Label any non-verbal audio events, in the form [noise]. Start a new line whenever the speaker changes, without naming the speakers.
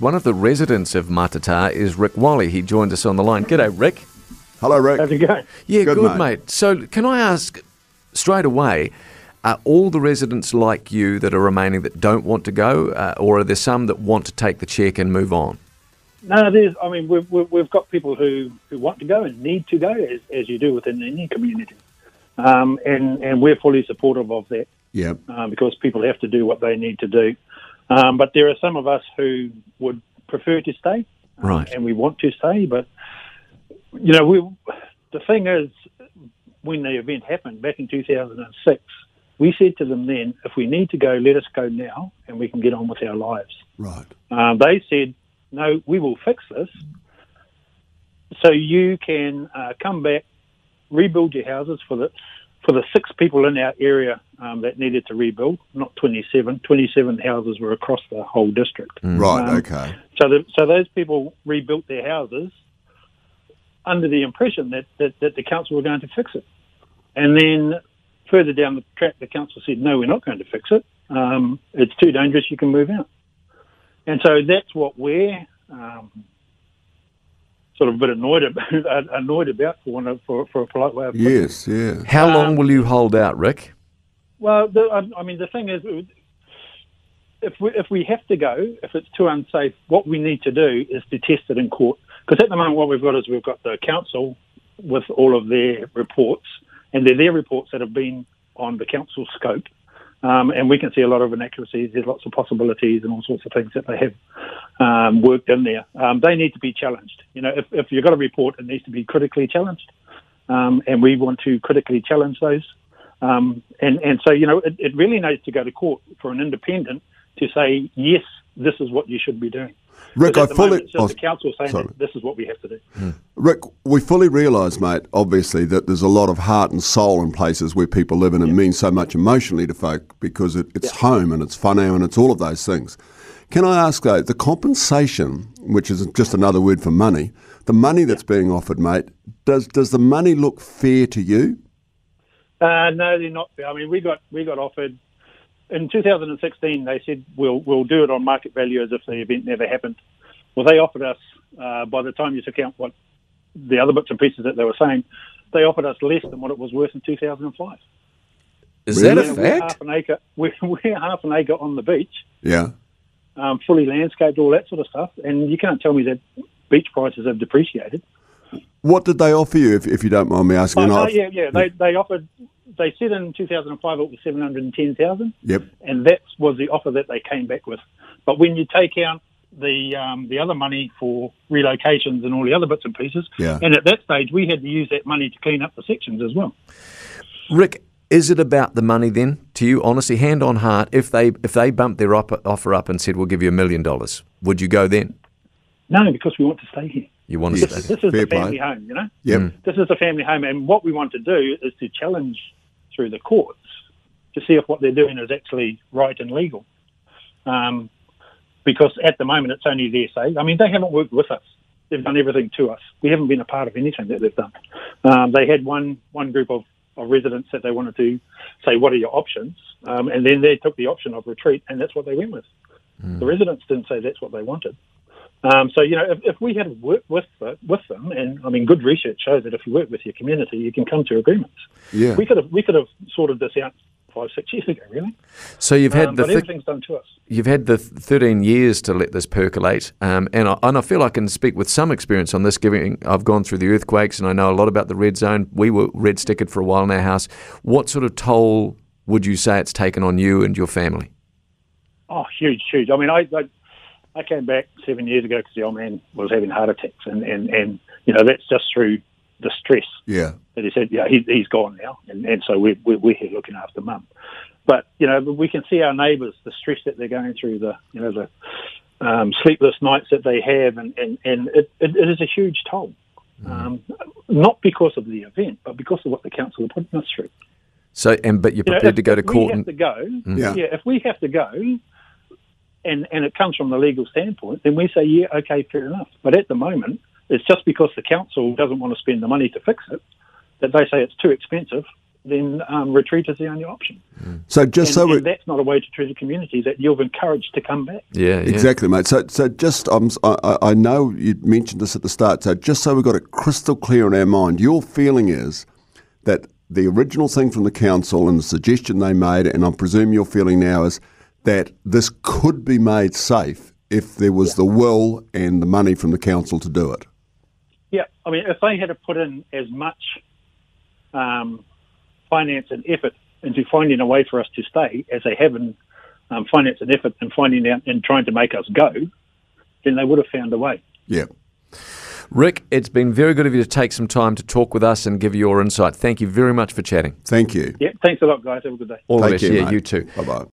One of the residents of Matata is Rick Wally. He joined us on the line. G'day, Rick.
Hello, Rick.
How's it going?
Yeah, good,
Good,
mate.
mate.
So, can I ask straight away? Are all the residents like you that are remaining that don't want to go, uh, or are there some that want to take the check and move on?
No, there's. I mean, we've, we've we've got people who, who want to go and need to go, as, as you do within any community, um, and and we're fully supportive of that
Yep.
uh, because people have to do what they need to do. Um, but there are some of us who would prefer to stay,
Right.
and we want to stay. But you know, we the thing is, when the event happened back in 2006, we said to them then, if we need to go, let us go now, and we can get on with our lives.
Right.
Um, they said, no, we will fix this. So you can uh, come back, rebuild your houses for the for the six people in our area um, that needed to rebuild, not 27. 27 houses were across the whole district.
Right.
Um,
okay.
So the, so those people rebuilt their houses under the impression that, that, that the council were going to fix it. And then further down the track, the council said, no, we're not going to fix it. Um, it's too dangerous, you can move out. And so that's what we're um, sort of a bit annoyed about, [laughs] annoyed about for, one of, for, for a polite way of
Yes. Yeah.
How
Um,
long will you hold out, Rick?
well, the, um, I, I mean, the thing is, if we, if we have to go, if it's too unsafe, what we need to do is to test it in court. Because at the moment, what we've got is we've got the council with all of their reports, and they're their reports that have been on the council scope. Um, and we can see a lot of inaccuracies. There's lots of possibilities and all sorts of things that they have um, worked in there. Um, they need to be challenged. You know, if, if you've got a report, it needs to be critically challenged. Um, and we want to critically challenge those. Um, and, and so, you know, it, it really needs to go to court for an independent to say, yes, this is what you should be doing.
Rick,
Because
I
at the moment,
fully.
it's just
oh,
the council saying
sorry.
that this is what we have to do.
Rick, we fully realise, mate, obviously, that there's a lot of heart and soul in places where people live and it means so much emotionally to folk because it, it's home and it's whānau and it's all of those things. Can I ask, though, the compensation, which is just another word for money, the money that's being offered, mate, does, does the money look fair to you?
Uh, no, they're not. I mean, we got we got offered in 2016. They said we'll we'll do it on market value as if the event never happened. Well, they offered us uh, by the time you took out what the other bits and pieces that they were saying, they offered us less than what it was worth in 2005.
Is
Really?
that a
And We're
fact?
half an acre. [laughs] We're, we're half an acre on the beach,
Yeah.
um, fully landscaped, all that sort of stuff, and you can't tell me that beach prices have depreciated.
What did they offer you, if, if you don't mind me asking?
Oh,
And
no,
I-
yeah, yeah. They they offered. They said in 2005 it was 710,000.
Yep.
and that was the offer that they came back with. But when you take out the um, the other money for relocations and all the other bits and pieces,
Yeah.
and at that stage we had to use that money to clean up the sections as well.
Rick, is it about the money then? To you, honestly, hand on heart, if they if they bumped their op- offer up and said we'll give you a million dollars, would you go then?
No, because we want to stay here.
You want to
Yes.
stay? there?
This is
Fair
the
play.
family home, you know.
Yep.
This is the family home, and what we want to do is to challenge through the courts to see if what they're doing is actually right and legal. Um, because at the moment it's only their say. I mean, they haven't worked with us. They've done everything to us. We haven't been a part of anything that they've done. Um, they had one one group of, of residents that they wanted to say, "What are your options?" Um, and then they took the option of retreat, and that's what they went with. The residents didn't say that's what they wanted. Um, so you know, if, if we had worked with the, with them, and I mean, good research shows that if you work with your community, you can come to agreements.
Yeah.
We could have we could have sorted this out five six years ago, really.
So you've had
Um,
the
but
thick
everything's done to us.
you've had the th- 13 years to let this percolate, um, and I, and I feel I can speak with some experience on this. Giving I've gone through the earthquakes, and I know a lot about the red zone. We were red stickered for a while in our house. What sort of toll would you say it's taken on you and your family?
Oh, huge, huge. I mean, I I, I came back seven years ago because the old man was having heart attacks, and and and you know that's just through the stress
Yeah.
that he said, yeah, he, he's gone now, and and so we're we're, we're here looking after mum. But you know, we can see our neighbours the stress that they're going through, the you know the um, sleepless nights that they have, and and and it, it, it is a huge toll. Um, not because of the event, but because of what the council are putting us through.
So, and but you're
You know,
prepared
if-
to go to
if
court
We
and Mm.
have to go.
Yeah.
Yeah. if we have to go, and and it comes from the legal standpoint, then we say, yeah, okay, fair enough. But at the moment, it's just because the council doesn't want to spend the money to fix it that they say it's too expensive. then um, retreat is the only option.
So just
And,
so we
and that's not a way to treat a community that you've encouraged to come back.
Yeah, yeah.
Exactly, mate. So, so just um, s- I, I- I know you mentioned this at the start. So, just so we've got it crystal clear in our mind, your feeling is that the original thing from the council and the suggestion they made, and I presume your feeling now is that this could be made safe if there was the will and the money from the council to do it.
Yeah, I mean, if they had to put in as much um, finance and effort into finding a way for us to stay as they have in um, finance and effort and finding out and trying to make us go, then they would have found a way.
Yeah.
Rick, it's been very good of you to take some time to talk with us and give your insight. Thank you very much for chatting.
Thank you.
Yeah, thanks a lot, guys. Have a good day.
All
Take
the best.
care,
yeah,
mate.
you too.
Bye bye.